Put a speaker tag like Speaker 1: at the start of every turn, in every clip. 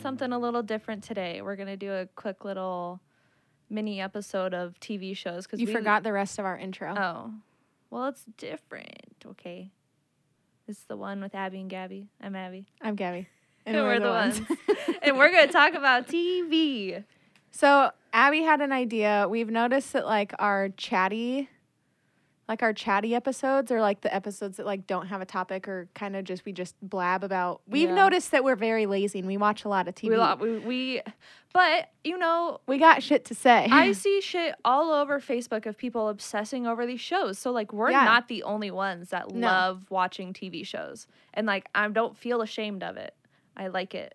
Speaker 1: something a little different today. We're gonna do a quick little mini episode of TV shows because
Speaker 2: You forgot the rest of our intro.
Speaker 1: Oh, well, it's different. Okay, it's the one with Abby and Gabby. I'm Abby,
Speaker 2: I'm Gabby.
Speaker 1: And we're the and we're gonna talk about TV.
Speaker 2: So Abby had an idea. We've noticed that like our chatty, like our chatty episodes are like the episodes that like don't have a topic or kind of just we just blab about. We've
Speaker 1: Yeah.
Speaker 2: noticed that we're very lazy and we watch a lot of TV.
Speaker 1: We, lo- we we, but you know,
Speaker 2: We got shit to say.
Speaker 1: I see shit all over Facebook of people obsessing over these shows. So like we're
Speaker 2: Yeah.
Speaker 1: not the only ones that
Speaker 2: No.
Speaker 1: love watching TV shows. And like I don't feel ashamed of it. I like it.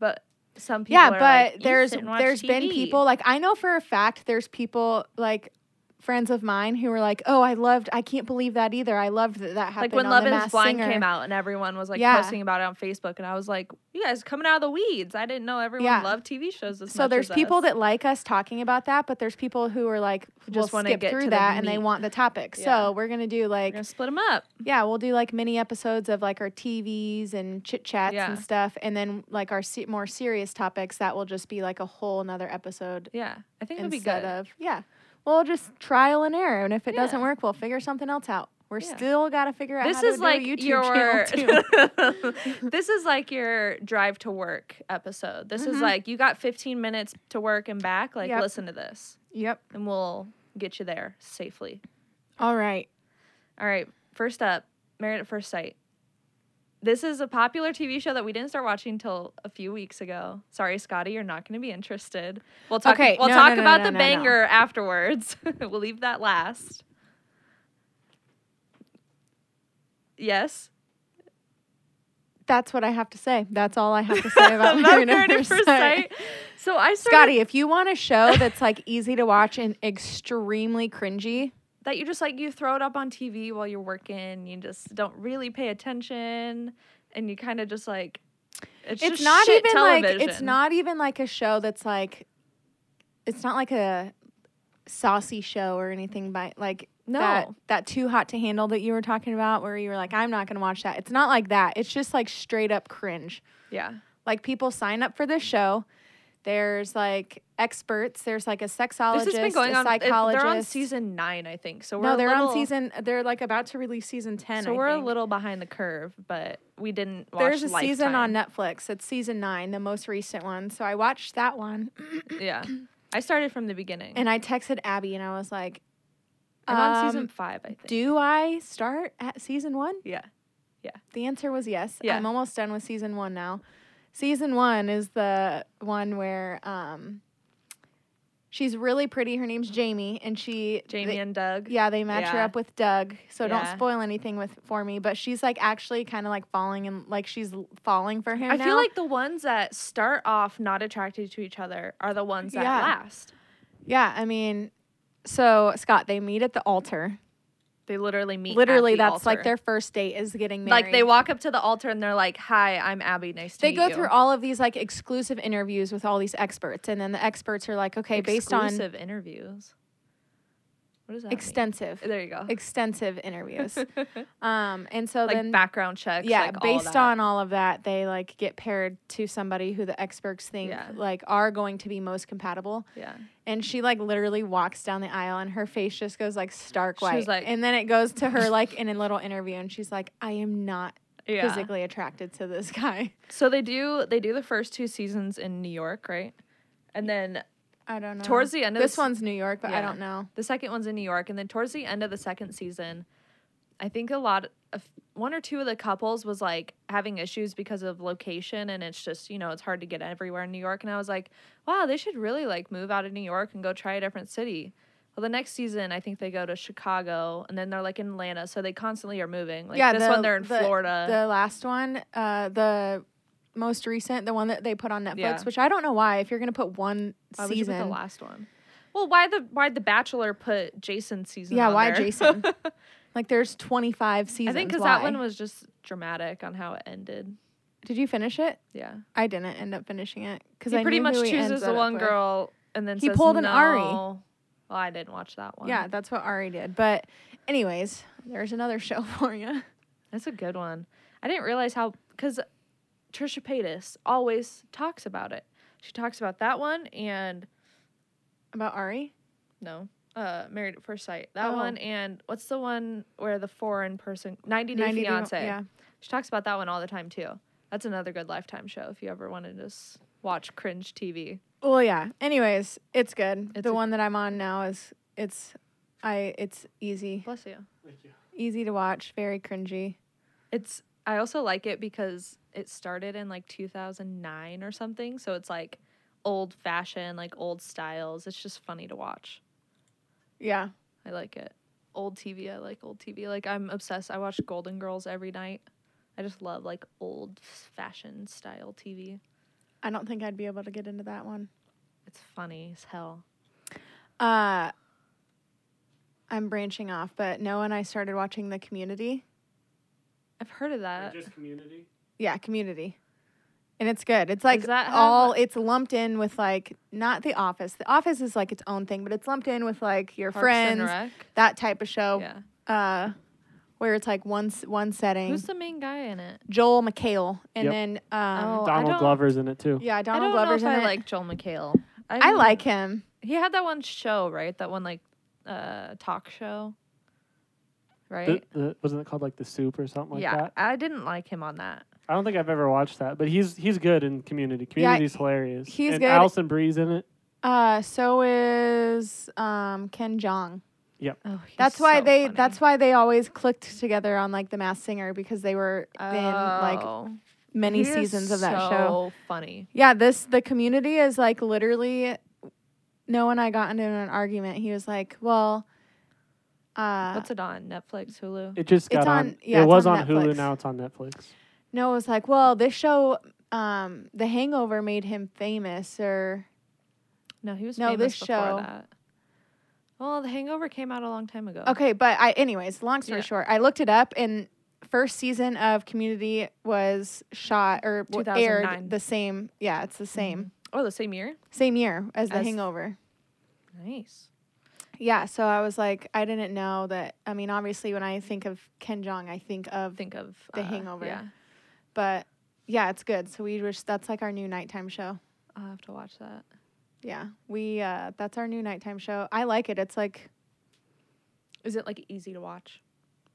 Speaker 1: But some people
Speaker 2: yeah,
Speaker 1: are
Speaker 2: but
Speaker 1: like, "You
Speaker 2: there's
Speaker 1: sit and watch
Speaker 2: there's been
Speaker 1: TV."
Speaker 2: people like I know for a fact there's people like friends of mine who were like, "Oh, I loved I can't believe that either. I loved that that happened
Speaker 1: like when
Speaker 2: on
Speaker 1: Love
Speaker 2: the
Speaker 1: is
Speaker 2: Masked
Speaker 1: Blind
Speaker 2: Singer."
Speaker 1: came out and everyone was like
Speaker 2: Yeah.
Speaker 1: posting about it on Facebook and I was like, You guys coming out of the weeds. I didn't know everyone
Speaker 2: Yeah.
Speaker 1: loved TV shows as
Speaker 2: So
Speaker 1: much
Speaker 2: there's
Speaker 1: as
Speaker 2: people
Speaker 1: us.
Speaker 2: that like us talking about that, but there's people who are like
Speaker 1: Who
Speaker 2: will
Speaker 1: just wanna
Speaker 2: skip
Speaker 1: get to
Speaker 2: through
Speaker 1: the
Speaker 2: that and they
Speaker 1: meat.
Speaker 2: want the topic.
Speaker 1: Yeah.
Speaker 2: So we're gonna do like
Speaker 1: we're gonna split them up.
Speaker 2: yeah, we'll do like mini episodes of like our TVs and chit chats
Speaker 1: Yeah.
Speaker 2: and stuff, and then like our se- more serious topics that will just be like a whole another episode
Speaker 1: Yeah. I think it'd be
Speaker 2: instead
Speaker 1: good.
Speaker 2: of yeah. We'll just trial and error, and if it
Speaker 1: Yeah.
Speaker 2: doesn't work, we'll figure something else out. We're
Speaker 1: Yeah.
Speaker 2: still gotta figure out.
Speaker 1: this
Speaker 2: how to
Speaker 1: is
Speaker 2: do a
Speaker 1: like
Speaker 2: YouTube
Speaker 1: your
Speaker 2: channel too.
Speaker 1: this is like your drive to work episode this is
Speaker 2: Mhm.
Speaker 1: like you got 15 minutes to work and back like
Speaker 2: Yep.
Speaker 1: listen to this
Speaker 2: yep.
Speaker 1: and we'll get you there safely
Speaker 2: All right.
Speaker 1: all right first up married at first sight this is a popular tv show that we didn't start watching until a few weeks ago sorry scotty you're not going to be interested we'll talk
Speaker 2: Okay,
Speaker 1: we'll
Speaker 2: no,
Speaker 1: talk
Speaker 2: no, no,
Speaker 1: about
Speaker 2: no,
Speaker 1: the
Speaker 2: no, no.
Speaker 1: banger afterwards we'll leave that last yes
Speaker 2: That's what I have to say. That's all I have to say about
Speaker 1: about
Speaker 2: Married
Speaker 1: married
Speaker 2: at
Speaker 1: at first sight. So I started
Speaker 2: Scotty, if you want a show that's like easy to watch and extremely cringy,
Speaker 1: that you just like you throw it up on TV while you're working. You just don't really pay attention, and you kind of just like it's,
Speaker 2: it's
Speaker 1: just
Speaker 2: not
Speaker 1: shit
Speaker 2: even
Speaker 1: television.
Speaker 2: like it's not even like a show that's like it's not like a saucy show or anything by like
Speaker 1: No.
Speaker 2: that that too hot to handle that you were talking about where you were like I'm not going to watch that. It's not like that. It's just like straight up cringe.
Speaker 1: yeah
Speaker 2: Like people sign up for this show. There's like experts. There's like a sexologist,
Speaker 1: this has been going
Speaker 2: a
Speaker 1: on. it-
Speaker 2: psychologist.
Speaker 1: they're on season nine, I think. So we're
Speaker 2: no,
Speaker 1: a
Speaker 2: they're on
Speaker 1: little-
Speaker 2: season. They're like about to release season ten.
Speaker 1: So
Speaker 2: I
Speaker 1: we're
Speaker 2: think.
Speaker 1: a little behind the curve, but we didn't watch.
Speaker 2: There's a season on
Speaker 1: Lifetime.
Speaker 2: Netflix. It's season nine, the most recent one. So I watched that one
Speaker 1: yeah. I started from the beginning.
Speaker 2: and I texted Abby and I was like,
Speaker 1: I'm on season
Speaker 2: um,
Speaker 1: five, I think.
Speaker 2: Do I start at season one?
Speaker 1: yeah.
Speaker 2: The answer was yes.
Speaker 1: Yeah.
Speaker 2: I'm almost done with season one now. Season one is the one where um, she's really pretty. Her name's Jamie, and she
Speaker 1: Jamie
Speaker 2: they-
Speaker 1: and Doug.
Speaker 2: yeah, they match her
Speaker 1: Yeah.
Speaker 2: up with Doug. So
Speaker 1: Yeah.
Speaker 2: don't spoil anything with for me. But she's like actually kind of like falling and like she's l- falling for him.
Speaker 1: I
Speaker 2: now.
Speaker 1: feel like the ones that start off not attracted to each other are the ones that
Speaker 2: Yeah.
Speaker 1: last.
Speaker 2: Yeah, I mean, so Scott, they meet at the altar.
Speaker 1: They literally meet. at
Speaker 2: Literally,
Speaker 1: the
Speaker 2: that's like
Speaker 1: altar.
Speaker 2: their first date is getting married.
Speaker 1: like they walk up to the altar and they're like, "Hi, I'm Abby. Nice to
Speaker 2: They
Speaker 1: meet
Speaker 2: go
Speaker 1: you."
Speaker 2: through all of these like exclusive interviews with all these experts, and then the experts are like, okay, based on
Speaker 1: exclusive interviews. What is that? mean?
Speaker 2: extensive,
Speaker 1: There you go.
Speaker 2: extensive interviews. um, and so
Speaker 1: like
Speaker 2: then,
Speaker 1: background checks.
Speaker 2: yeah,
Speaker 1: like, all
Speaker 2: based
Speaker 1: that.
Speaker 2: on all of that, they like get paired to somebody who the experts think
Speaker 1: Yeah.
Speaker 2: like are going to be most compatible.
Speaker 1: Yeah.
Speaker 2: And she like literally walks down the aisle and her face just goes like stark
Speaker 1: She
Speaker 2: white.
Speaker 1: was like-
Speaker 2: and then it goes to her like in a little interview and she's like, I am not
Speaker 1: Yeah.
Speaker 2: physically attracted to this guy.
Speaker 1: So they do. They do the first two seasons in New York, right? And then
Speaker 2: I don't know.
Speaker 1: towards the end of
Speaker 2: Uh-huh. this
Speaker 1: the, s-
Speaker 2: one's New York, but
Speaker 1: Yeah.
Speaker 2: I don't know.
Speaker 1: the second one's in New York, and then towards the end of the second season, I think a lot of one or two of the couples was like having issues because of location, and it's just you know it's hard to get everywhere in New York. And I was like, wow, they should really like move out of New York and go try a different city. Well, the next season, I think they go to Chicago, and then they're like in Atlanta, so they constantly are moving. Like this
Speaker 2: the-
Speaker 1: one, they're in
Speaker 2: the-
Speaker 1: Florida.
Speaker 2: The last one, uh, the most recent, the one that they put on Netflix,
Speaker 1: Yeah.
Speaker 2: which I don't know why. If you're gonna put one
Speaker 1: why would you put
Speaker 2: season,
Speaker 1: the last one? Well, why the why the Bachelor put Jason season?
Speaker 2: yeah,
Speaker 1: on
Speaker 2: why
Speaker 1: there?
Speaker 2: Jason? like there's 25 seasons.
Speaker 1: I think because that
Speaker 2: why?
Speaker 1: one was just dramatic on how it ended.
Speaker 2: Did you finish it?
Speaker 1: Yeah.
Speaker 2: I didn't end up finishing it because
Speaker 1: he
Speaker 2: I
Speaker 1: pretty
Speaker 2: knew
Speaker 1: much
Speaker 2: who he ends
Speaker 1: chooses the
Speaker 2: up
Speaker 1: one
Speaker 2: with.
Speaker 1: girl and then
Speaker 2: He
Speaker 1: says,
Speaker 2: pulled an Ari.
Speaker 1: "No." Well, I didn't watch that one.
Speaker 2: Yeah, that's what Ari did. But, anyways, there's another show for you.
Speaker 1: that's a good one. I didn't realize how because Trisha Paytas always talks about it. She talks about that one and
Speaker 2: About Ari?
Speaker 1: no, uh, Married at First Sight. That
Speaker 2: Oh.
Speaker 1: one and what's the one where the foreign person 90 Day
Speaker 2: 90 Day-
Speaker 1: Fiance.
Speaker 2: yeah.
Speaker 1: She talks about that one all the time too. That's another good lifetime show if you ever want to just watch cringe TV.
Speaker 2: Well, yeah. Anyways, it's good.
Speaker 1: It's
Speaker 2: the
Speaker 1: a-
Speaker 2: one that I'm on now is it's I it's easy,
Speaker 1: Bless you.
Speaker 3: Thank you.
Speaker 2: easy to watch, very cringy.
Speaker 1: It's I also like it because it started in like 2009 or something, so it's like old fashioned, like old styles. It's just funny to watch.
Speaker 2: Yeah.
Speaker 1: I like it. Old TV, I like old TV. Like I'm obsessed. I watch Golden Girls every night. I just love like old fashioned style TV.
Speaker 2: I don't think I'd be able to get into that one.
Speaker 1: It's funny as hell.
Speaker 2: Uh I'm branching off, but Noah and I started watching The Community.
Speaker 1: I've heard of
Speaker 3: Or
Speaker 1: that.
Speaker 3: just community.
Speaker 2: Yeah, Community. And it's good. It's like
Speaker 1: Does that have-
Speaker 2: all it's lumped in with like not The Office. The Office is like its own thing, but it's lumped in with like your
Speaker 1: Parks and
Speaker 2: friends,
Speaker 1: Rec?
Speaker 2: that type of show.
Speaker 1: Yeah.
Speaker 2: Uh where it's like one s- one setting.
Speaker 1: Who's the main guy in it?
Speaker 2: Joel McHale, and
Speaker 3: Yep.
Speaker 2: then um,
Speaker 1: Oh, I
Speaker 3: Donald
Speaker 1: don't-
Speaker 3: Glover's in it too.
Speaker 2: yeah,
Speaker 1: I
Speaker 2: Donald
Speaker 1: don't
Speaker 2: Glover's
Speaker 1: know if
Speaker 2: in
Speaker 1: I
Speaker 2: it.
Speaker 1: like Joel McHale.
Speaker 2: I
Speaker 1: mean,
Speaker 2: like him.
Speaker 1: He had that one show, right? That one like uh talk show.
Speaker 3: The-
Speaker 1: Right?
Speaker 3: the- wasn't it called like the soup or something like
Speaker 1: yeah.
Speaker 3: that?
Speaker 1: I didn't like him on that.
Speaker 3: I don't think I've ever watched that, but he's he's good in Community. Community's hilarious.
Speaker 2: he's
Speaker 3: and
Speaker 2: good.
Speaker 3: Allison Bree's in it.
Speaker 2: Uh, so is um, Ken Jong.
Speaker 1: Oh, he's
Speaker 2: That's why
Speaker 1: so
Speaker 2: they.
Speaker 1: funny.
Speaker 2: That's why they always clicked together on like The Masked Singer because they were in like
Speaker 1: Oh.
Speaker 2: many
Speaker 1: He is
Speaker 2: seasons of that
Speaker 1: so
Speaker 2: show.
Speaker 1: funny.
Speaker 2: Yeah, this the community is like literally. No and I got into an argument. He was like, "Well, uh,
Speaker 1: What's it on? Netflix, Hulu?
Speaker 3: It just
Speaker 2: It's
Speaker 3: got on.
Speaker 2: on- yeah,
Speaker 3: it
Speaker 2: it's
Speaker 3: was
Speaker 2: on
Speaker 3: on, Hulu.
Speaker 2: Netflix.
Speaker 3: Now it's on Netflix.
Speaker 2: No, it was like, well, this show, um, The Hangover made him famous, or
Speaker 1: no, he was
Speaker 2: no,
Speaker 1: famous
Speaker 2: this
Speaker 1: before
Speaker 2: show.
Speaker 1: that. Well, The Hangover came out a long time ago.
Speaker 2: okay. But I, anyways, long story
Speaker 1: Oh. Yeah.
Speaker 2: short, I looked it up, and first season of Community was shot or w- aired
Speaker 1: 2009.
Speaker 2: the same. Yeah, it's the same
Speaker 1: Oh, the same year?
Speaker 2: same year as The
Speaker 1: As-
Speaker 2: Hangover.
Speaker 1: Nice.
Speaker 2: Yeah, so I was like, I didn't know that. I mean, obviously, when I think of Ken Jong, I think of,
Speaker 1: Think of
Speaker 2: The
Speaker 1: uh,
Speaker 2: Hangover.
Speaker 1: Yeah.
Speaker 2: but yeah, it's good. So we wish that's like our new nighttime show.
Speaker 1: I'll have to watch that.
Speaker 2: Yeah, we uh, that's our new nighttime show. I like it. It's like
Speaker 1: Is it like easy to watch?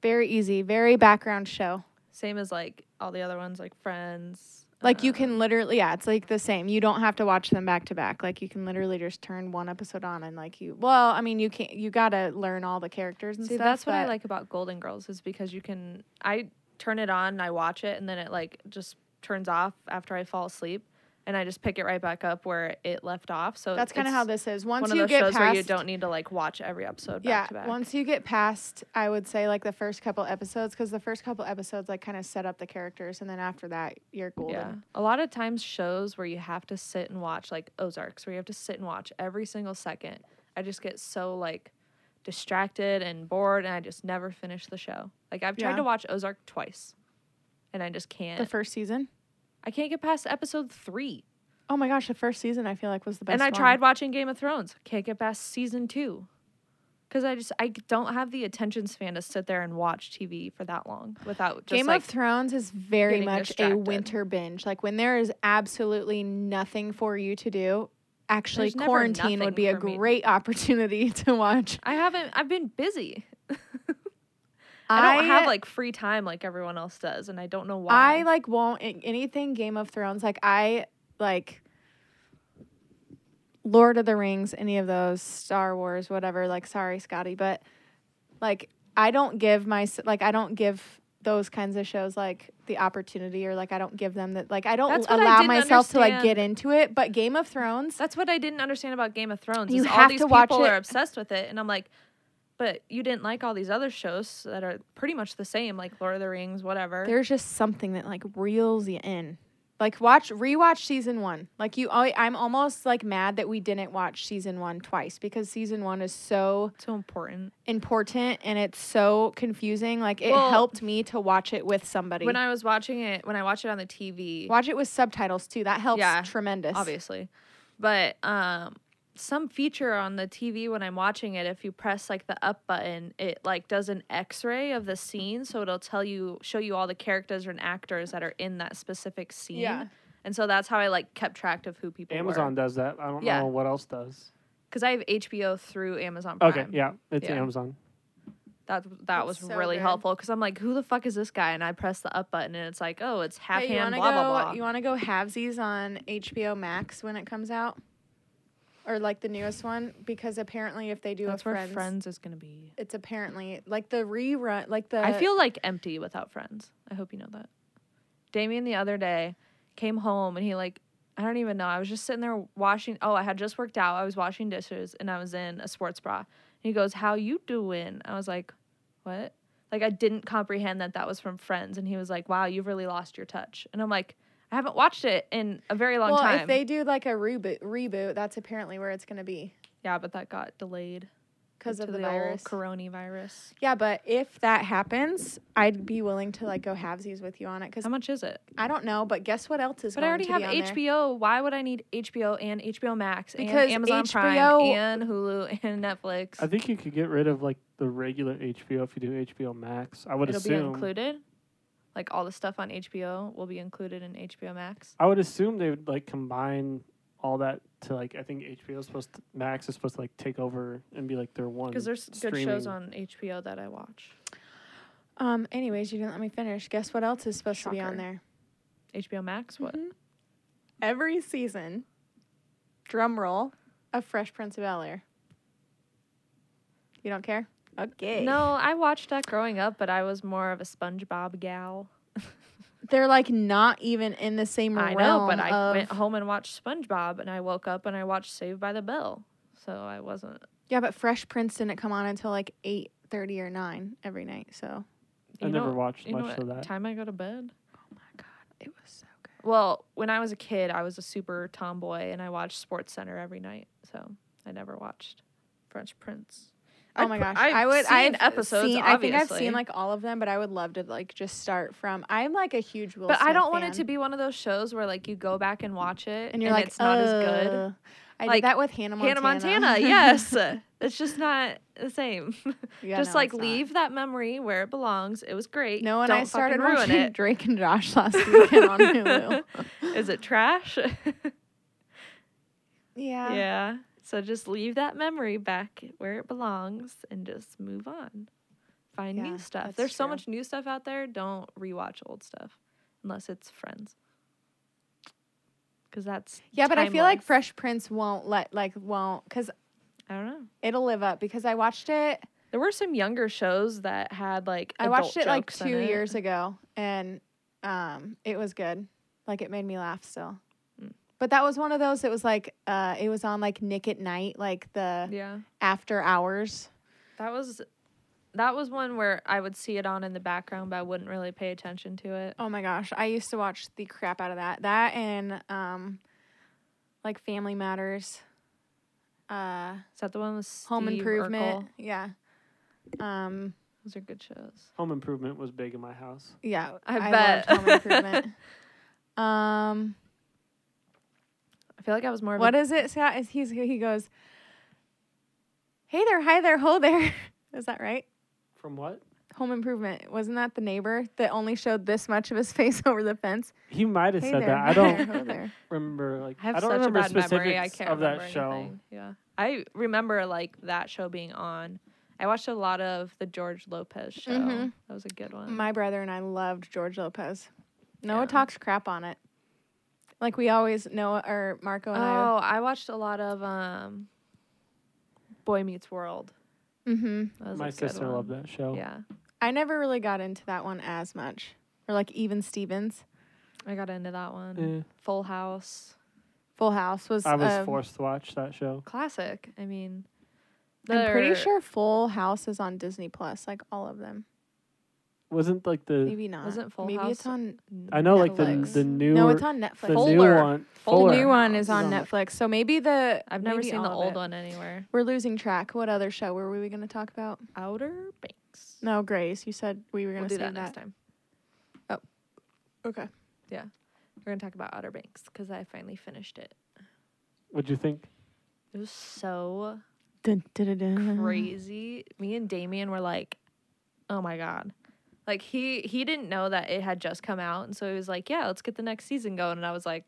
Speaker 2: very easy, very background show.
Speaker 1: Same as like all the other ones, like Friends.
Speaker 2: Like you
Speaker 1: uh,
Speaker 2: can literally, yeah, it's like the same. You don't have to watch them back to back. Like you can literally just turn one episode on and like you. Well, I mean, you can't. You gotta learn all the characters and
Speaker 1: See,
Speaker 2: stuff.
Speaker 1: that's what I
Speaker 2: but-
Speaker 1: like about Golden Girls is because you can I turn it on and I watch it and then it like just turns off after I fall asleep and I just pick it right back up where it left off. So
Speaker 2: That's kind of
Speaker 1: it's
Speaker 2: how this is. Once
Speaker 1: one of
Speaker 2: you
Speaker 1: those
Speaker 2: get
Speaker 1: shows
Speaker 2: past,
Speaker 1: where you don't need to like watch every episode back
Speaker 2: yeah,
Speaker 1: to back.
Speaker 2: once you get past, I would say like the first couple episodes because the first couple episodes like kind of set up the characters, and then after that you're golden.
Speaker 1: yeah. A lot of times shows where you have to sit and watch like Ozarks where you have to sit and watch every single second. I just get so like distracted and bored and I just never finish the show. Like I've tried
Speaker 2: Yeah.
Speaker 1: to watch Ozark twice and I just
Speaker 2: The
Speaker 1: can't.
Speaker 2: first season.
Speaker 1: I can't get past episode 3.
Speaker 2: Oh my gosh, the first season I feel like was the best.
Speaker 1: and I
Speaker 2: one.
Speaker 1: tried watching Game of Thrones. Can't get past season two. Because I just I don't have the attention span to sit there and watch TV for that long without just
Speaker 2: Game
Speaker 1: like
Speaker 2: of Thrones is very
Speaker 1: getting
Speaker 2: much a
Speaker 1: distracted.
Speaker 2: winter binge. Like when there is absolutely nothing for you to do, actually
Speaker 1: There's never
Speaker 2: quarantine would
Speaker 1: nothing
Speaker 2: be a
Speaker 1: for me.
Speaker 2: great opportunity to watch.
Speaker 1: I haven't I've been busy. I
Speaker 2: I,
Speaker 1: don't have like free time like everyone else does, and I don't know why.
Speaker 2: I like won't a- anything Game of Thrones. Like I like Lord of the Rings, any of those Star Wars, whatever. Like sorry, Scotty, but like I don't give my s- like I don't give those kinds of shows like the opportunity or like I don't give them that like I don't
Speaker 1: That's what I
Speaker 2: allow
Speaker 1: didn't
Speaker 2: myself to like
Speaker 1: understand.
Speaker 2: get into it. But Game of Thrones,
Speaker 1: That's what I didn't understand about Game of Thrones.
Speaker 2: You
Speaker 1: is all
Speaker 2: have
Speaker 1: these
Speaker 2: to watch
Speaker 1: people
Speaker 2: it.
Speaker 1: are obsessed with it, and I'm like, but you didn't like all these other shows that are pretty much the same, like Lord of the Rings, whatever.
Speaker 2: there's just something that like reels you in. Like watch rewatch season one. Like you, I, I'm almost like mad that we didn't watch season one twice because season one is so
Speaker 1: so important.
Speaker 2: important and it's so confusing. Like it
Speaker 1: Well-
Speaker 2: helped me to watch it with somebody.
Speaker 1: When I was watching it, when I watched it on the TV,
Speaker 2: watch it with subtitles too. That helps
Speaker 1: Yeah,
Speaker 2: tremendous.
Speaker 1: obviously. But um some feature on the TV when I'm watching it, if you press like the up button, it like does an X-ray of the scene, so it'll tell you, show you all the characters and actors that are in that specific scene.
Speaker 2: Yeah.
Speaker 1: And so that's how I like kept track of who people
Speaker 3: Amazon does that. I don't
Speaker 1: Yeah.
Speaker 3: know what else does.
Speaker 1: Because I have HBO through Amazon Prime.
Speaker 3: Okay, yeah, it's
Speaker 1: Yeah.
Speaker 3: Amazon.
Speaker 1: That that
Speaker 2: That's
Speaker 1: was
Speaker 2: so
Speaker 1: really
Speaker 2: good.
Speaker 1: helpful because I'm like, who the fuck is this guy? And I press the up button, and it's like, oh, it's half
Speaker 2: Hey, you
Speaker 1: hand,
Speaker 2: wanna
Speaker 1: blah
Speaker 2: go,
Speaker 1: blah blah.
Speaker 2: You want to go halvesies on HBO Max when it comes out, or like the newest one? Because apparently, if they do
Speaker 1: That's
Speaker 2: a
Speaker 1: where
Speaker 2: Friends,
Speaker 1: Friends is gonna be.
Speaker 2: it's apparently like the rerun, like the
Speaker 1: I feel like empty without friends. I hope you know that. Damien the other day came home and he like I don't even know. I was just sitting there washing. Oh, I had just worked out. I was washing dishes and I was in a sports bra. And he goes, "How you doing?" I was like, "What?" Like I didn't comprehend that that was from Friends. And he was like, "Wow, you've really lost your touch." And I'm like, "I haven't watched it in a very long
Speaker 2: well,
Speaker 1: time."
Speaker 2: if they do like a reboot, reboot, that's apparently where it's going to be
Speaker 1: yeah, but that got delayed
Speaker 2: because
Speaker 1: to
Speaker 2: of the,
Speaker 1: old
Speaker 2: virus.
Speaker 1: coronavirus.
Speaker 2: yeah, but if that happens, I'd be willing to like go halvesies with you on it because
Speaker 1: How much is it?
Speaker 2: I don't know, but guess what else is?
Speaker 1: Um, But I
Speaker 2: going
Speaker 1: already
Speaker 2: to
Speaker 1: have
Speaker 2: be on there?
Speaker 1: HBO. Why would I need HBO and HBO Max
Speaker 2: Because
Speaker 1: and Amazon
Speaker 2: HBO
Speaker 1: Prime and Hulu and Netflix?
Speaker 3: I think you could get rid of like the regular HBO if you do HBO Max. I would
Speaker 1: It'll be
Speaker 3: assume.
Speaker 1: included. Like all the stuff on HBO will be included in HBO Max.
Speaker 3: I would assume they would like combine all that to like I think HBO is supposed to, Max is supposed to like take over and be like their one.
Speaker 1: Because there's good shows
Speaker 3: streaming.
Speaker 1: on HBO that I watch.
Speaker 2: Um. Anyways, you didn't let me finish. Guess what else is supposed to be on
Speaker 1: Shocker.
Speaker 2: there?
Speaker 1: HBO Max, what?
Speaker 2: Mhm. Every season, drum roll, of Fresh Prince of Bel Air. You don't care? Okay.
Speaker 1: No, I watched that growing up, but I was more of a SpongeBob gal.
Speaker 2: They're like not even in the same
Speaker 1: I
Speaker 2: realm.
Speaker 1: know, but I
Speaker 2: of-
Speaker 1: went home and watched SpongeBob, and I woke up and I watched Saved by the Bell. So I wasn't.
Speaker 2: Yeah, but Fresh Prince didn't come on until like eight thirty or nine every night. So
Speaker 3: I
Speaker 1: you
Speaker 3: never
Speaker 1: know-
Speaker 3: watched
Speaker 1: You know
Speaker 3: much
Speaker 1: what
Speaker 3: of that.
Speaker 1: time I go to bed?
Speaker 2: it was so good.
Speaker 1: Well, when I was a kid, I was a super tomboy and I watched Sports Center every night. So I never watched French Prince.
Speaker 2: Oh
Speaker 1: I'd
Speaker 2: my
Speaker 1: pr-
Speaker 2: gosh,
Speaker 1: I've
Speaker 2: I would.
Speaker 1: seen
Speaker 2: I've
Speaker 1: episodes.
Speaker 2: Seen, I
Speaker 1: obviously.
Speaker 2: think I've seen like all of them, but I would love to like just start from. I'm like a huge Will.
Speaker 1: but I
Speaker 2: Smith
Speaker 1: don't want it
Speaker 2: fan.
Speaker 1: to be one of those shows where like you go back and watch it
Speaker 2: And you're like,
Speaker 1: it's not as good.
Speaker 2: "Ugh." I
Speaker 1: Like,
Speaker 2: did that with Hannah Montana.
Speaker 1: Hannah Montana, yes, it's just not the same.
Speaker 2: Yeah,
Speaker 1: just
Speaker 2: no,
Speaker 1: like
Speaker 2: it's not.
Speaker 1: leave that memory where it belongs. It was great.
Speaker 2: No, and
Speaker 1: Don't
Speaker 2: I started
Speaker 1: fucking ruin
Speaker 2: watching
Speaker 1: it.
Speaker 2: Drake and Josh last weekend on Hulu.
Speaker 1: Is it trash?
Speaker 2: Yeah.
Speaker 1: Yeah. So just leave that memory back where it belongs and just move on. Find
Speaker 2: Yeah,
Speaker 1: new stuff.
Speaker 2: that's
Speaker 1: There's so
Speaker 2: true.
Speaker 1: much new stuff out there. Don't rewatch old stuff unless it's friends. Cuz that's
Speaker 2: Yeah, but I feel like
Speaker 1: timeless.
Speaker 2: Fresh Prince won't let like won't because
Speaker 1: I don't know.
Speaker 2: it'll live up because I watched it.
Speaker 1: There were some younger shows that had like
Speaker 2: I watched
Speaker 1: adult
Speaker 2: it like
Speaker 1: jokes in
Speaker 2: two
Speaker 1: it.
Speaker 2: years ago and um it was good. Like it made me laugh still.
Speaker 1: Mm.
Speaker 2: But that was one of those. It was like uh it was on like Nick at Night, like the
Speaker 1: Yeah.
Speaker 2: after hours.
Speaker 1: That was that was one where I would see it on in the background but I wouldn't really pay attention to it.
Speaker 2: Oh my gosh, I used to watch the crap out of that. That and um like Family Matters. Uh
Speaker 1: Is that the one with Steve
Speaker 2: Home Improvement.
Speaker 1: Urkel?
Speaker 2: Yeah. Um.
Speaker 1: Those are good shows.
Speaker 3: Home Improvement was big in my house.
Speaker 2: Yeah.
Speaker 1: I
Speaker 2: loved
Speaker 1: bet.
Speaker 2: Home Improvement. um.
Speaker 1: I feel like I was more of a
Speaker 2: What is it, Scott? Is he's he goes. Hey there! Hi there! Ho there! Is that right?
Speaker 3: From what?
Speaker 2: Home Improvement wasn't that the neighbor that only showed this much of his face over the fence?
Speaker 3: He might have
Speaker 2: Hey
Speaker 3: said
Speaker 2: there,
Speaker 3: that.
Speaker 2: hi
Speaker 3: I
Speaker 2: there,
Speaker 3: don't
Speaker 2: ho there.
Speaker 3: remember like
Speaker 1: I have
Speaker 3: don't
Speaker 1: such
Speaker 3: remember
Speaker 1: a bad
Speaker 3: specifics
Speaker 1: memory. I can't
Speaker 3: of
Speaker 1: remember
Speaker 3: that show.
Speaker 1: anything. Yeah, I remember like that show being on. I watched a lot of the George Lopez show.
Speaker 2: Mhm.
Speaker 1: That was a good one.
Speaker 2: My brother and I loved George Lopez. Noah
Speaker 1: Yeah.
Speaker 2: talks crap on it. Like we always, Noah or Marco
Speaker 1: oh,
Speaker 2: and I.
Speaker 1: I watched a lot of um, Boy Meets World.
Speaker 2: Mm-hmm.
Speaker 1: That was a
Speaker 3: My
Speaker 1: good
Speaker 3: sister
Speaker 1: one.
Speaker 3: loved that show.
Speaker 1: Yeah,
Speaker 2: I never really got into that one as much, or like even Stevens.
Speaker 1: I got into that one.
Speaker 3: Eh,
Speaker 1: Full House,
Speaker 2: Full House was.
Speaker 3: I was
Speaker 2: um,
Speaker 3: forced to watch that show.
Speaker 1: classic. I mean,
Speaker 2: I'm pretty
Speaker 1: they're-
Speaker 2: sure Full House is on Disney Plus, like all of them.
Speaker 3: Wasn't like the
Speaker 2: Maybe not.
Speaker 1: wasn't Full
Speaker 2: Maybe it's
Speaker 1: House
Speaker 2: on.
Speaker 3: I know like the
Speaker 1: Netflix.
Speaker 3: the new
Speaker 2: No, it's on Netflix.
Speaker 3: the new
Speaker 1: Fuller.
Speaker 3: one.
Speaker 1: Fuller.
Speaker 2: The new one is
Speaker 3: It's
Speaker 2: on
Speaker 3: on Net-
Speaker 2: Netflix. So maybe the
Speaker 1: I've never
Speaker 2: maybe
Speaker 1: seen the
Speaker 2: all of
Speaker 1: old
Speaker 2: it.
Speaker 1: one anywhere.
Speaker 2: We're losing track. What other show were we going to talk about?
Speaker 1: Outer Banks.
Speaker 2: No, Grace. You said we were going
Speaker 1: We'll
Speaker 2: to
Speaker 1: do
Speaker 2: say
Speaker 1: that next time.
Speaker 2: Okay.
Speaker 1: We're gonna talk about Outer Banks because I finally finished it.
Speaker 3: What'd you think?
Speaker 1: It was so
Speaker 2: Dun, dun, dun, dun.
Speaker 1: crazy. Me and Damien were like, "Oh my god." Like he he didn't know that it had just come out, and so he was like, "Yeah, let's get the next season going." And I was like,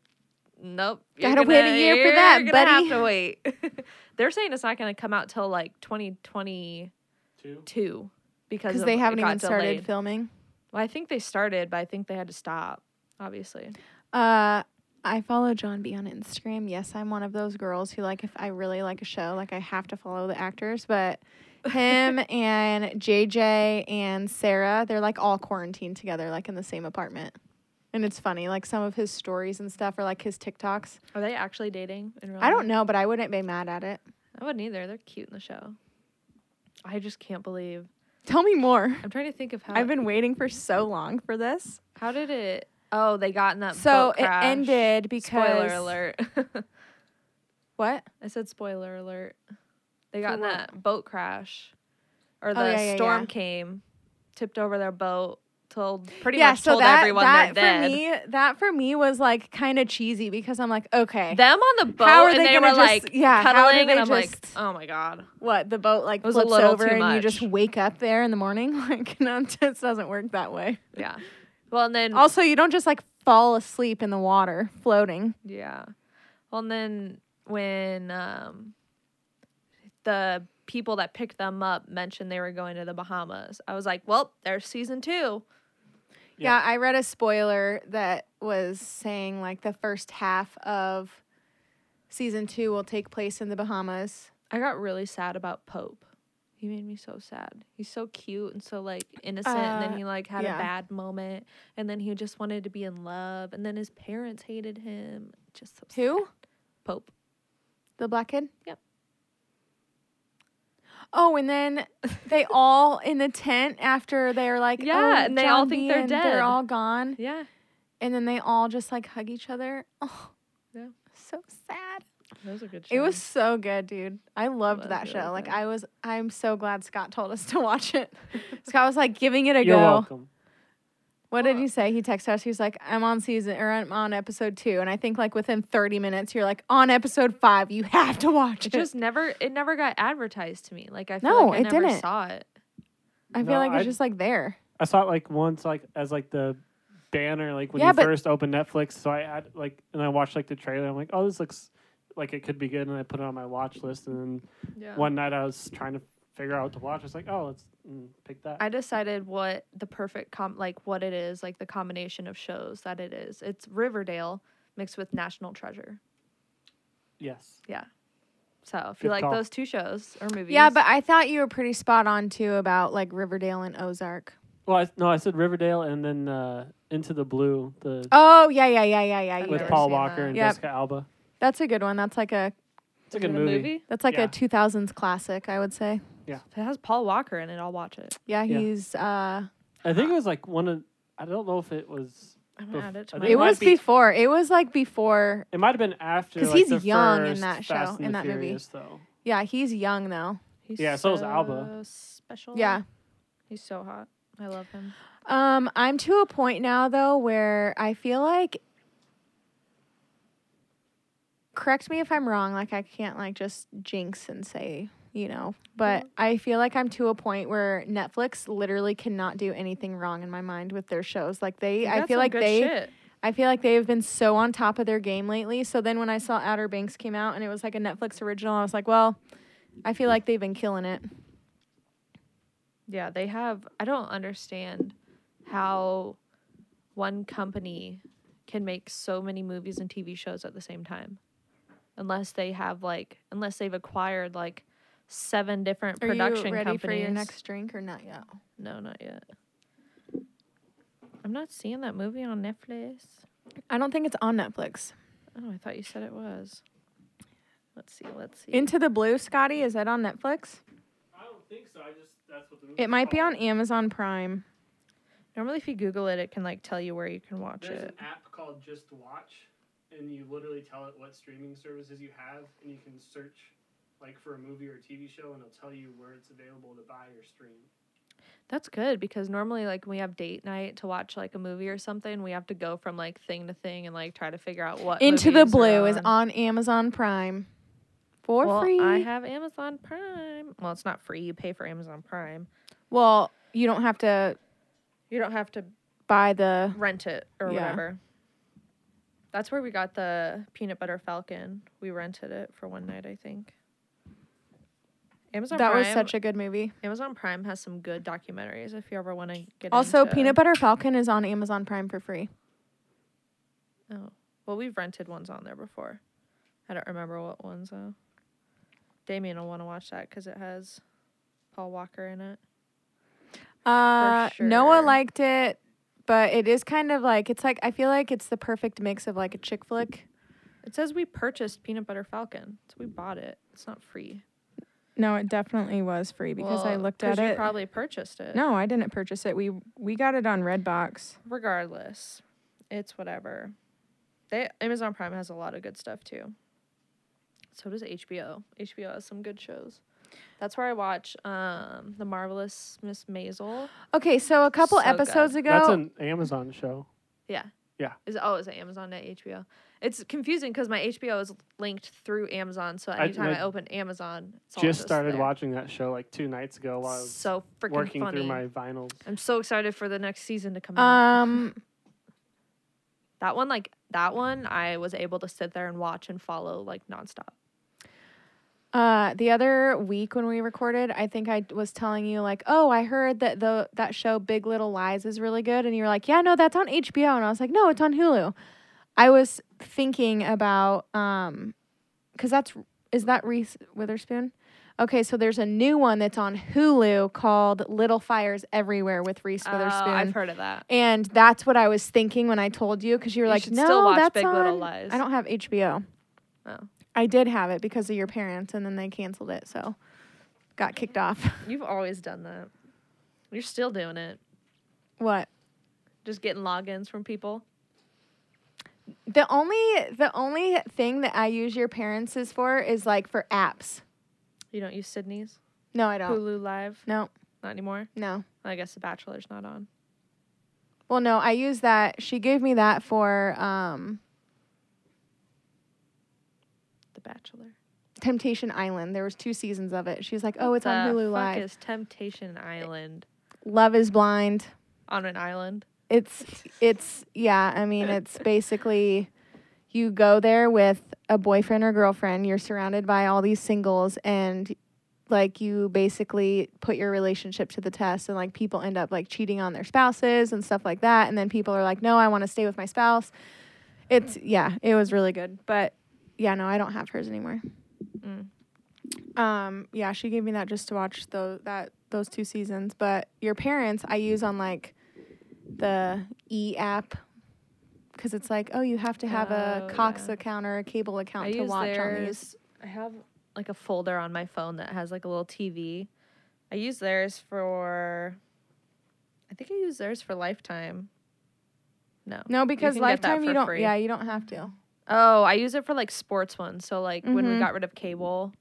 Speaker 1: "Nope, you're
Speaker 2: Gotta wait a year for that,
Speaker 1: you're gonna
Speaker 2: buddy."
Speaker 1: Have to wait." They're saying it's not gonna come out till like 2022
Speaker 3: Two.
Speaker 1: because
Speaker 2: Because
Speaker 1: of-
Speaker 2: they
Speaker 1: it
Speaker 2: haven't
Speaker 1: got
Speaker 2: even started
Speaker 1: delayed.
Speaker 2: filming.
Speaker 1: Well, I think they started, but I think they had to stop. Obviously,
Speaker 2: Uh, I follow John B on Instagram. Yes, I'm one of those girls who like if I really like a show, like I have to follow the actors. But him and JJ and Sarah, they're like all quarantined together, like in the same apartment. And it's funny, like some of his stories and stuff are like his TikToks.
Speaker 1: are they actually dating? In real
Speaker 2: I don't
Speaker 1: life?
Speaker 2: know, but I wouldn't be mad at it.
Speaker 1: I wouldn't either. They're cute in the show. I just can't believe.
Speaker 2: Tell me more.
Speaker 1: I'm trying to think of how
Speaker 2: I've been waiting for so long for this.
Speaker 1: How did it? Oh, they got in that.
Speaker 2: So
Speaker 1: boat
Speaker 2: it
Speaker 1: crash.
Speaker 2: ended because
Speaker 1: Spoiler alert!
Speaker 2: What?
Speaker 1: I said spoiler alert. They got
Speaker 3: For
Speaker 1: in
Speaker 3: what?
Speaker 1: that boat crash, or
Speaker 2: Oh,
Speaker 1: the
Speaker 2: yeah, yeah,
Speaker 1: storm
Speaker 2: yeah. came,
Speaker 1: tipped over their boat, told pretty
Speaker 2: yeah,
Speaker 1: much
Speaker 2: so
Speaker 1: told
Speaker 2: that,
Speaker 1: everyone
Speaker 2: that
Speaker 1: they're dead.
Speaker 2: for me, that for me was like kind of cheesy because I'm like, okay,
Speaker 1: Them on the boat,
Speaker 2: How are
Speaker 1: and
Speaker 2: they
Speaker 1: they were
Speaker 2: gonna just-
Speaker 1: like
Speaker 2: yeah, how do
Speaker 1: cuddling,
Speaker 2: they
Speaker 1: and I'm like,
Speaker 2: just-
Speaker 1: oh my god.
Speaker 2: what the boat like
Speaker 1: It was a
Speaker 2: flips
Speaker 1: little
Speaker 2: over
Speaker 1: too
Speaker 2: and you just
Speaker 1: much.
Speaker 2: wake up there in the morning, like no, it just doesn't work that way.
Speaker 1: Yeah. Well, and then
Speaker 2: Also, you don't just like fall asleep in the water floating.
Speaker 1: Yeah. Well, and then when um, the people that picked them up mentioned they were going to the Bahamas, I was like, well, there's season two.
Speaker 2: Yeah.
Speaker 3: Yeah.
Speaker 2: I read a spoiler that was saying like the first half of season two will take place in the Bahamas.
Speaker 1: I got really sad about Pope. He made me so sad. He's so cute and so like innocent, and
Speaker 2: Uh,
Speaker 1: then he like had
Speaker 2: yeah.
Speaker 1: a bad moment, and then he just wanted to be in love, and then his parents hated him. Just so sad.
Speaker 2: Who?
Speaker 1: Pope.
Speaker 2: The black kid?
Speaker 1: Yep.
Speaker 2: Oh, and then they all in the tent after they're like,
Speaker 1: Yeah,
Speaker 2: oh,
Speaker 1: and they all
Speaker 2: John
Speaker 1: think
Speaker 2: B.
Speaker 1: they're
Speaker 2: and
Speaker 1: dead.
Speaker 2: They're all gone,
Speaker 1: Yeah.
Speaker 2: and then they all just like hug each other. Oh,
Speaker 1: Yeah.
Speaker 2: so sad.
Speaker 1: That was a good.
Speaker 2: It was so good, dude. I loved
Speaker 1: was
Speaker 2: that
Speaker 1: really
Speaker 2: show. Like,
Speaker 1: good.
Speaker 2: I was, I'm so glad Scott told us to watch it. Scott was like giving it a
Speaker 3: You're
Speaker 2: go.
Speaker 3: welcome.
Speaker 2: What did
Speaker 1: Well-
Speaker 2: he say? He texted us. He was like, "I'm on season or I'm on episode two, and I think like within 30 minutes, you're like on episode five. You have to watch
Speaker 1: It
Speaker 2: it."
Speaker 1: just never. It never got advertised to me. Like I feel
Speaker 2: No,
Speaker 1: like I
Speaker 2: it
Speaker 1: never
Speaker 2: didn't.
Speaker 1: saw it.
Speaker 2: I feel
Speaker 3: No,
Speaker 2: like it's
Speaker 3: I-
Speaker 2: just like there.
Speaker 3: I saw it like once, like as like the banner, like when
Speaker 2: Yeah,
Speaker 3: you
Speaker 2: but-
Speaker 3: first opened Netflix. So I had like, and I watched like the trailer. I'm like, oh, this looks like it could be good, and I put it on my watch list. And then
Speaker 1: Yeah.
Speaker 2: Oh.
Speaker 3: one night I was trying to figure out what to watch. I was like, oh, let's mm, pick that.
Speaker 1: I decided what the perfect com like what it is, like the combination of shows that it is. It's Riverdale mixed with National Treasure.
Speaker 3: yes,
Speaker 1: So if you
Speaker 3: Good
Speaker 1: like
Speaker 3: call.
Speaker 1: those two shows or movies,
Speaker 2: Yeah, but I thought you were pretty spot on too about like Riverdale and Ozark.
Speaker 3: Well, I, no, I said Riverdale and then uh, Into the Blue, the
Speaker 2: Oh yeah, yeah, yeah, yeah, yeah.
Speaker 1: I've
Speaker 2: yeah.
Speaker 3: with
Speaker 1: never
Speaker 3: Paul
Speaker 1: seen
Speaker 3: Walker
Speaker 1: that.
Speaker 3: and
Speaker 2: Yep.
Speaker 3: Jessica Alba.
Speaker 2: That's a good one. That's like a
Speaker 3: It's a
Speaker 1: Is it
Speaker 3: good movie.
Speaker 2: that's like
Speaker 3: Yeah.
Speaker 2: a 2000s classic, I would say.
Speaker 1: If it has Paul Walker in it, I'll watch it.
Speaker 2: Yeah,
Speaker 3: Yeah.
Speaker 2: he's uh
Speaker 3: I think it was like one of. I don't know if it was.
Speaker 1: I'm gonna
Speaker 3: Bef-
Speaker 1: add it to
Speaker 3: I
Speaker 1: my.
Speaker 3: think
Speaker 2: it
Speaker 3: might
Speaker 2: was
Speaker 3: be-
Speaker 2: before. It was like before.
Speaker 3: It might have been after.
Speaker 2: 'Cause
Speaker 3: like,
Speaker 2: he's
Speaker 3: the
Speaker 2: young in
Speaker 3: first
Speaker 2: that show,
Speaker 3: Fast and
Speaker 2: in
Speaker 3: the
Speaker 2: that movie.
Speaker 3: Furious, Though.
Speaker 2: Yeah, he's young though.
Speaker 1: He's
Speaker 3: Yeah, so is Alba.
Speaker 1: Special.
Speaker 2: Yeah.
Speaker 1: he's so hot. I love him.
Speaker 2: Um I'm to a point now though where I feel like correct me if I'm wrong, like I can't like just jinx and say, you know, but I feel like I'm to a point where Netflix literally cannot do anything wrong in my mind with their shows. Like they,
Speaker 1: They
Speaker 2: I
Speaker 1: got
Speaker 2: feel
Speaker 1: some
Speaker 2: like
Speaker 1: good
Speaker 2: they
Speaker 1: shit.
Speaker 2: I feel like they have been so on top of their game lately. So then when I saw Outer Banks came out and it was like a Netflix original, I was like, well, I feel like they've been killing it.
Speaker 1: Yeah, they have. I don't understand how one company can make so many movies and TV shows at the same time, unless they have like unless they've acquired like seven different
Speaker 2: Are
Speaker 1: production
Speaker 2: you ready
Speaker 1: companies.
Speaker 2: for your next drink or not yet?
Speaker 1: No, not yet. I'm not seeing that movie on Netflix.
Speaker 2: I don't think it's on Netflix.
Speaker 1: Oh, I thought you said it was. Let's see. Let's see.
Speaker 2: Into the Blue, Scotty, is that on Netflix?
Speaker 3: I don't think so. I just that's what the movie.
Speaker 2: It might be on Amazon Prime.
Speaker 1: Normally, if you Google it, it can like tell you where you can watch
Speaker 3: There's
Speaker 1: it.
Speaker 3: an app called Just Watch, and you literally tell it what streaming services you have, and you can search like for a movie or a TV show, and it'll tell you where it's available to buy or stream.
Speaker 1: That's good because normally, like, when we have date night to watch like a movie or something, we have to go from
Speaker 2: uh,
Speaker 1: like thing to thing and like try to figure out what.
Speaker 2: Into the
Speaker 1: movies are
Speaker 2: Blue is on Amazon Prime. for
Speaker 1: well,
Speaker 2: free.
Speaker 1: I have Amazon Prime. Well, it's not free. You pay for Amazon Prime.
Speaker 2: well, you don't have to
Speaker 1: You don't have to
Speaker 2: buy the.
Speaker 1: rent it or
Speaker 2: Yeah.
Speaker 1: whatever. That's where we got the peanut butter falcon. We rented it for one night, I think. Amazon
Speaker 2: that
Speaker 1: Prime,
Speaker 2: was such a good movie.
Speaker 1: Amazon Prime has some good documentaries if you ever want to get
Speaker 2: Also,
Speaker 1: into-
Speaker 2: Peanut Butter Falcon is on Amazon Prime for free.
Speaker 1: Oh. Well, we've rented ones on there before. I don't remember what ones though. Damien will want to watch that because it has Paul Walker in it.
Speaker 2: Uh, Noah
Speaker 1: sure.
Speaker 2: liked it, but it is kind of like it's like I feel like it's the perfect mix of like a chick flick.
Speaker 1: It says we purchased Peanut Butter Falcon, so we bought it. It's not free.
Speaker 2: No, it definitely was free
Speaker 1: Well, 'cause you Probably purchased it.
Speaker 2: no, I didn't purchase it. We we got it on Redbox.
Speaker 1: regardless, it's whatever. They Amazon Prime has a lot of good stuff too. So does HBO. HBO has some good shows. That's where I watch um The Marvelous Miss Maisel.
Speaker 2: Okay, so a couple
Speaker 1: So good.
Speaker 2: episodes ago,
Speaker 3: That's an Amazon show.
Speaker 1: Yeah.
Speaker 3: Yeah.
Speaker 1: Is it, oh, is it Amazon at HBO? It's confusing because my HBO is linked through Amazon, so anytime I,
Speaker 3: my-
Speaker 1: open Amazon, it's all
Speaker 3: Just started
Speaker 1: there.
Speaker 3: watching that show like two nights ago while I was
Speaker 1: So freaking
Speaker 3: working
Speaker 1: funny.
Speaker 3: through my vinyls.
Speaker 1: I'm so excited for the next season to come out.
Speaker 2: um,
Speaker 1: That one, like that one, I was able to sit there and watch and follow like nonstop.
Speaker 2: Uh, the other week when we recorded, I think I d- was telling you like, oh, I heard that the that show Big Little Lies is really good, and you were like, yeah, no, that's on HBO, and I was like, no, it's on Hulu. I was thinking about um, because that's is that Reese Witherspoon? Okay, so there's a new one that's on Hulu called Little Fires Everywhere with Reese
Speaker 1: Oh,
Speaker 2: Witherspoon.
Speaker 1: I've heard of that.
Speaker 2: and that's what I was thinking when I told you because you were
Speaker 1: You
Speaker 2: like,
Speaker 1: should
Speaker 2: no,
Speaker 1: still watch
Speaker 2: that's
Speaker 1: Big
Speaker 2: on.
Speaker 1: Little Lies.
Speaker 2: I don't have HBO.
Speaker 1: Oh.
Speaker 2: I did have it because of your parents, and then they canceled it, so got kicked off.
Speaker 1: You've always done that. You're still doing it.
Speaker 2: what?
Speaker 1: Just getting logins from people.
Speaker 2: The only the only thing that I use your parents is for is like for apps.
Speaker 1: You don't use Sydney's
Speaker 2: No, I don't.
Speaker 1: Hulu Live.
Speaker 2: No,
Speaker 1: Not anymore.
Speaker 2: no.
Speaker 1: I guess The Bachelor's not on.
Speaker 2: Well, no, I use that. She gave me that for um,
Speaker 1: The Bachelor.
Speaker 2: Temptation Island. There was two seasons of it. She's like, oh, it's on
Speaker 1: The
Speaker 2: Hulu
Speaker 1: fuck
Speaker 2: Live.
Speaker 1: Is Temptation Island
Speaker 2: Love is Blind.
Speaker 1: on an island?
Speaker 2: It's it's yeah, I mean it's basically you go there with a boyfriend or girlfriend, you're surrounded by all these singles and like you basically put your relationship to the test and like people end up like cheating on their spouses and stuff like that and then people are like, "No, I want to stay with my spouse." It's yeah, it was really good, but yeah, no, I don't have hers anymore.
Speaker 1: Mm.
Speaker 2: Um, yeah, she gave me that just to watch those that those two seasons. But your parents, I use on like the e app because it's like, oh, you have to have
Speaker 1: Oh,
Speaker 2: a Cox
Speaker 1: yeah.
Speaker 2: account or a cable account to watch on these.
Speaker 1: I have like a folder on my phone that has like a little TV. I use theirs for. I think I use theirs for Lifetime. No.
Speaker 2: No, because
Speaker 1: can get that
Speaker 2: lifetime you
Speaker 1: for
Speaker 2: don't.
Speaker 1: free.
Speaker 2: Yeah, you don't have to.
Speaker 1: Oh, I use it for like sports ones. So like when we
Speaker 2: Mhm.
Speaker 1: got rid of cable,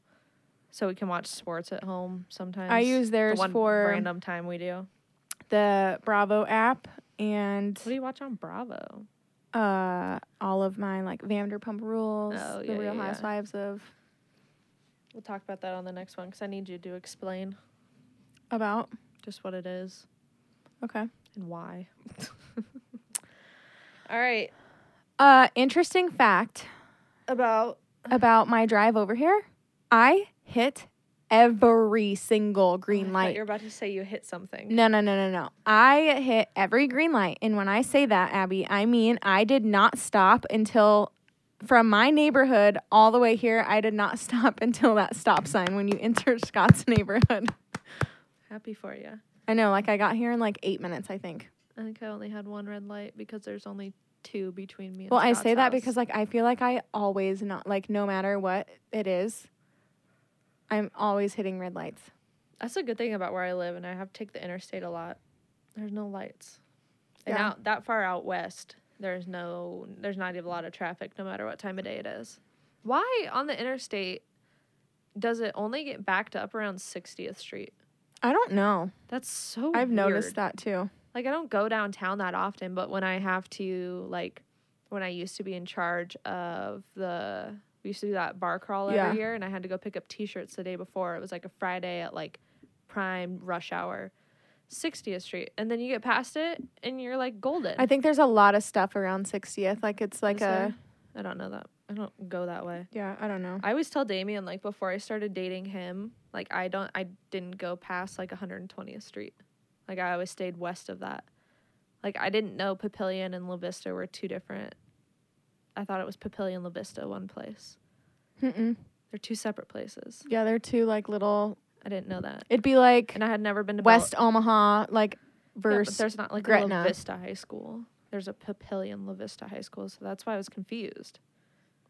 Speaker 1: so we can watch sports at home sometimes.
Speaker 2: I use
Speaker 1: the
Speaker 2: theirs
Speaker 1: one
Speaker 2: for
Speaker 1: random time we do.
Speaker 2: the Bravo app and
Speaker 1: What do you watch on Bravo?
Speaker 2: uh, all of my like Vanderpump Rules,
Speaker 1: Oh, yeah,
Speaker 2: The Real
Speaker 1: yeah, yeah.
Speaker 2: Housewives of
Speaker 1: We'll talk about that on the next one because I need you to explain
Speaker 2: about.
Speaker 1: just what it is
Speaker 2: Okay.
Speaker 1: and why. All right,
Speaker 2: Uh, interesting fact
Speaker 1: about
Speaker 2: about my drive over here. I hit every single green light. Mm.
Speaker 1: You're about to say you hit something.
Speaker 2: No, no, no, no, no. I hit every green light. And when I say that, Abby, I mean I did not stop until from my neighborhood all the way here, I did not stop until that stop sign when you enter Scott's neighborhood.
Speaker 1: Happy for you.
Speaker 2: I know, like I got here in like eight minutes, I think.
Speaker 1: I think I only had one red light because there's only two between me. and
Speaker 2: well, I
Speaker 1: Scott's
Speaker 2: say that
Speaker 1: house.
Speaker 2: because like I feel like I always not like no matter what it is, I'm always hitting red lights.
Speaker 1: That's a good thing about where I live, and I have to take the interstate a lot. There's no lights, and
Speaker 2: Yeah.
Speaker 1: out that far out west, there's no, there's not a lot of traffic, no matter what time of day it is. Why on the interstate does it only get backed up around 60th Street?
Speaker 2: I don't know.
Speaker 1: That's so.
Speaker 2: I've
Speaker 1: weird.
Speaker 2: noticed that too.
Speaker 1: like I don't go downtown that often, but when I have to like when I used to be in charge of the We used to do that bar crawl
Speaker 2: Yeah.
Speaker 1: every year, and I had to go pick up T-shirts the day before. It was like a Friday at like prime rush hour, 60th Street, and then you get past it, and you're like golden.
Speaker 2: I think there's a lot of stuff around 60th. Like it's like
Speaker 1: Is
Speaker 2: a
Speaker 1: there? I don't know that. I don't go that way.
Speaker 2: yeah. I don't know.
Speaker 1: I always tell Damien like before I started dating him, like I don't I didn't go past like 120th Street. Like I always stayed west of that. Like I didn't know Papillion and La Vista were two different. I thought it was Papillion La Vista one place.
Speaker 2: Mm-mm.
Speaker 1: They're two separate places.
Speaker 2: Yeah, they're two like little.
Speaker 1: I didn't know that.
Speaker 2: It'd be like
Speaker 1: And I had never been to Bel-
Speaker 2: West Omaha, like
Speaker 1: Yeah, but
Speaker 2: versus
Speaker 1: there's not like a
Speaker 2: Gretna.
Speaker 1: La Vista High School. There's a Papillion La Vista High School, so that's why I was confused.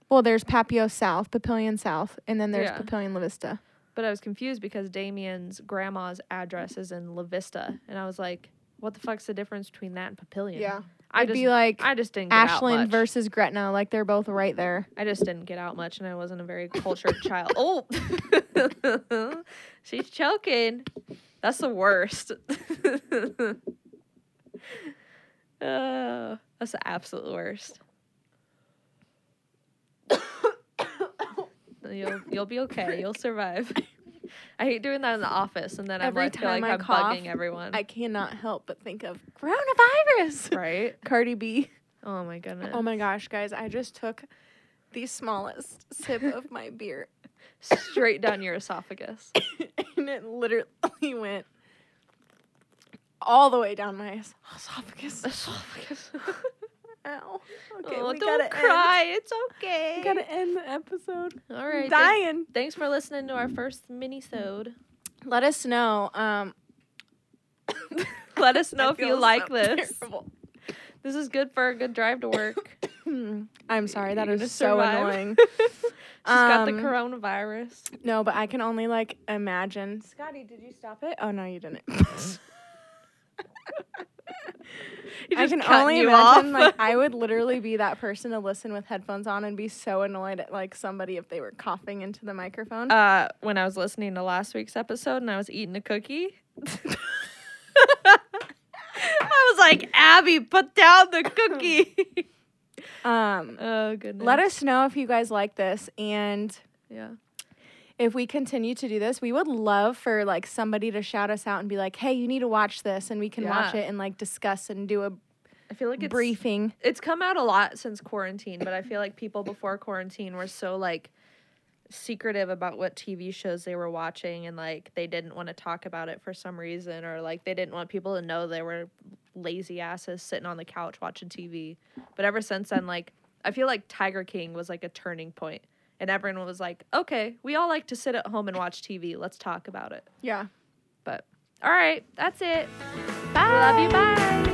Speaker 2: well, there's Papio South, Papillion South, and then there's
Speaker 1: Yeah.
Speaker 2: Papillion La Vista.
Speaker 1: But I was confused because Damien's grandma's address is in La Vista, and I was like, "What the fuck's the difference between that and Papillion?" I
Speaker 2: I'd
Speaker 1: just,
Speaker 2: be like
Speaker 1: I just didn't get out much.
Speaker 2: Ashland versus Gretna, like they're both right there.
Speaker 1: I just didn't get out much, and I wasn't a very cultured child. Oh, she's choking. That's the worst. oh, that's the absolute worst. You'll you'll be okay. You'll survive. I hate doing that in the office, and then
Speaker 2: Every
Speaker 1: I'm like, feel like
Speaker 2: time I
Speaker 1: I'm
Speaker 2: cough,
Speaker 1: bugging everyone.
Speaker 2: I cannot help but think of coronavirus.
Speaker 1: right?
Speaker 2: Cardi B.
Speaker 1: Oh my goodness.
Speaker 2: Oh my gosh, guys! I just took the smallest sip of my beer,
Speaker 1: Straight down your esophagus.
Speaker 2: and it literally went all the way down my esophagus.
Speaker 1: esophagus.
Speaker 2: Ow.
Speaker 1: oh, don't cry. It's okay.
Speaker 2: End. Gotta end the episode.
Speaker 1: All right. thank-
Speaker 2: Dying.
Speaker 1: thanks for listening to our first mini-sode.
Speaker 2: Let us know. Um,
Speaker 1: Let us
Speaker 2: I
Speaker 1: know if you
Speaker 2: feel
Speaker 1: like
Speaker 2: so
Speaker 1: this.
Speaker 2: terrible.
Speaker 1: This is good for a good drive to work.
Speaker 2: I'm sorry. That
Speaker 1: Hmm. You
Speaker 2: is
Speaker 1: just
Speaker 2: so
Speaker 1: survived.
Speaker 2: annoying.
Speaker 1: She's got the
Speaker 2: Um,
Speaker 1: coronavirus.
Speaker 2: No, but I can only like imagine. Scotty, did you stop it? Oh no, you didn't.
Speaker 1: You're
Speaker 2: I
Speaker 1: just
Speaker 2: can
Speaker 1: cutting
Speaker 2: only
Speaker 1: you
Speaker 2: imagine
Speaker 1: off.
Speaker 2: like I would literally be that person to listen with headphones on and be so annoyed at like somebody if they were coughing into the microphone.
Speaker 1: uh, when I was listening to last week's episode and I was eating a cookie. I was like, Abby, put down the cookie.
Speaker 2: Um,
Speaker 1: oh goodness.
Speaker 2: let us know if you guys like this and
Speaker 1: Yeah.
Speaker 2: if we continue to do this, we would love for like somebody to shout us out and be like, "Hey, you need to watch this," and we can watch
Speaker 1: Yeah.
Speaker 2: it and like discuss and do a
Speaker 1: I feel like it's
Speaker 2: briefing.
Speaker 1: it's come out a lot since quarantine, but I feel like people before quarantine were so like secretive about what TV shows they were watching and like they didn't want to talk about it for some reason or like they didn't want people to know they were lazy asses sitting on the couch watching TV. But ever since then like I feel like Tiger King was like a turning point and everyone was like, "Okay, we all like to sit at home and watch TV. Let's talk about it."
Speaker 2: Yeah.
Speaker 1: But all right, that's it. Bye. Love you. Bye.